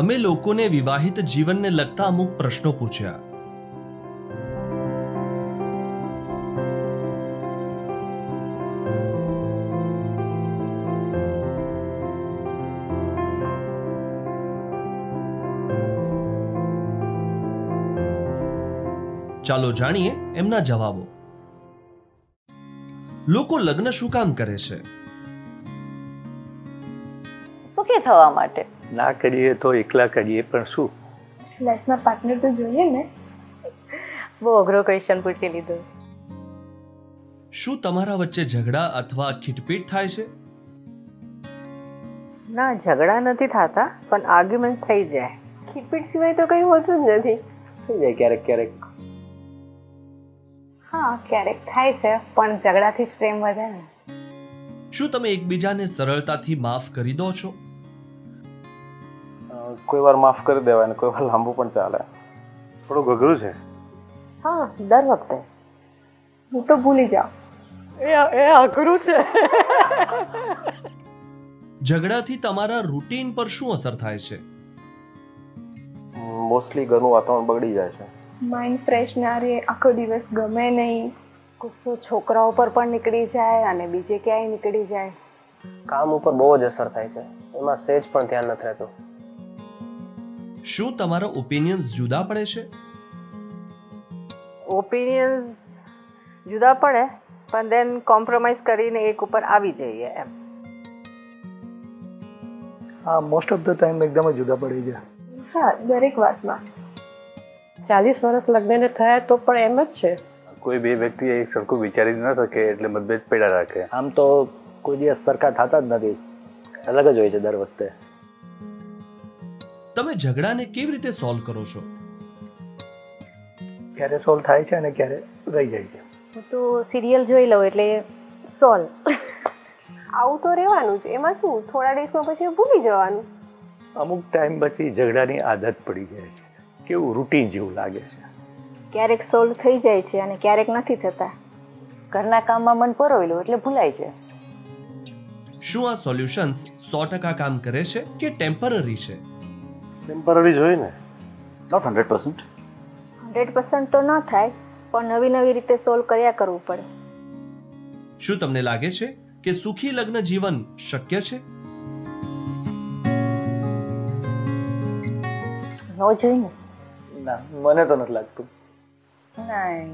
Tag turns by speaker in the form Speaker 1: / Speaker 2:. Speaker 1: અમે લોકોને વિવાહિત જીવનને લગતા અમુક પ્રશ્નો પૂછ્યા ચાલો જાણીએ એમના જવાબો લોકો લગ્ન શું કામ કરે છે
Speaker 2: સુખી થવા માટે
Speaker 3: ના કરીએ તો એકલા કરીએ પણ શું
Speaker 4: લાઈફમાં પાર્ટનર તો જોઈએ ને
Speaker 2: બહુ અઘરો ક્વેશ્ચન પૂછી લીધો
Speaker 1: શું તમારા વચ્ચે ઝઘડા અથવા ખીટપીટ થાય છે
Speaker 2: ના ઝઘડા નથી થતા પણ આર્ગ્યુમેન્ટ થઈ જાય
Speaker 4: કીપીટ સિવાય તો કંઈ હોતું જ નથી
Speaker 3: થઈ જાય ક્યારેક ક્યારેક
Speaker 2: હા ક્યારેક થાય છે પણ ઝઘડાથી જ પ્રેમ વધે ને
Speaker 1: શું તમે એકબીજાને સરળતાથી માફ કરી દો છો
Speaker 5: અ, કોઈ વાર માફ કરી દેવાય ને કોઈ વાર લાંબુ પણ ચાલે
Speaker 3: થોડું ઘઘરું છે
Speaker 2: હા દર વખતે
Speaker 4: હું તો ભૂલી જાઉં
Speaker 2: એ એ અઘરું છે
Speaker 1: ઝઘડાથી તમારા રૂટીન પર શું અસર થાય છે
Speaker 5: મોસ્ટલી ઘરનું વાતાવરણ બગડી જાય છે
Speaker 4: માઇન્ડ ફ્રેશ ના રહે આખો દિવસ ગમે નહીં
Speaker 2: ગુસ્સો છોકરાઓ પર પણ નીકળી જાય અને બીજે ક્યાંય નીકળી જાય
Speaker 6: કામ ઉપર બહુ જ અસર થાય છે એમાં સેજ પણ ધ્યાન નથી રહેતું
Speaker 1: શું તમારા ઓપિનિયન્સ જુદા પડે છે
Speaker 2: ઓપિનિયન્સ જુદા પડે પણ દેન કોમ્પ્રોમાઇઝ કરીને એક ઉપર આવી જઈએ એમ
Speaker 3: હા મોસ્ટ ઓફ ધ ટાઈમ એકદમ જ જુદા પડી જાય
Speaker 4: હા દરેક વાતમાં
Speaker 2: ચાલીસ વર્ષ લગ્નને થયા તો પણ એમ જ છે
Speaker 7: કોઈ બે વ્યક્તિ એક સરખું વિચારી જ ન શકે એટલે મતભેદ પેડા રાખે
Speaker 3: આમ તો કોઈ દિવસ સરખા થતા જ નથી અલગ જ હોય છે દર વખતે
Speaker 1: તમે ઝઘડાને કેવી રીતે સોલ્વ કરો છો
Speaker 3: ક્યારે સોલ્વ થાય છે અને ક્યારે રહી જાય છે
Speaker 2: હું તો સિરિયલ જોઈ લઉં એટલે સોલ્વ
Speaker 4: આવું તો રહેવાનું જ એમાં શું થોડા દિવસમાં પછી ભૂલી જવાનું
Speaker 3: અમુક ટાઈમ પછી ઝઘડાની આદત પડી જાય છે કેવું રૂટીન જેવું લાગે છે
Speaker 8: ક્યારેક સોલ્વ થઈ જાય છે અને ક્યારેક નથી થતા
Speaker 2: ઘરના કામમાં મન પરોવેલું એટલે ભૂલાઈ જાય
Speaker 1: શું આ સોલ્યુશન્સ સો ટકા કામ કરે છે કે ટેમ્પરરી છે
Speaker 3: ટેમ્પરરી જોઈએ ને
Speaker 7: not hundred percent
Speaker 8: hundred percent તો ન થાય પણ નવી નવી રીતે સોલ્વ કર્યા કરવું પડે
Speaker 1: શું તમને લાગે છે કે સુખી લગ્ન જીવન શક્ય છે
Speaker 8: ન જોઈને
Speaker 3: ના મને તો નથી લાગતું
Speaker 2: નહીં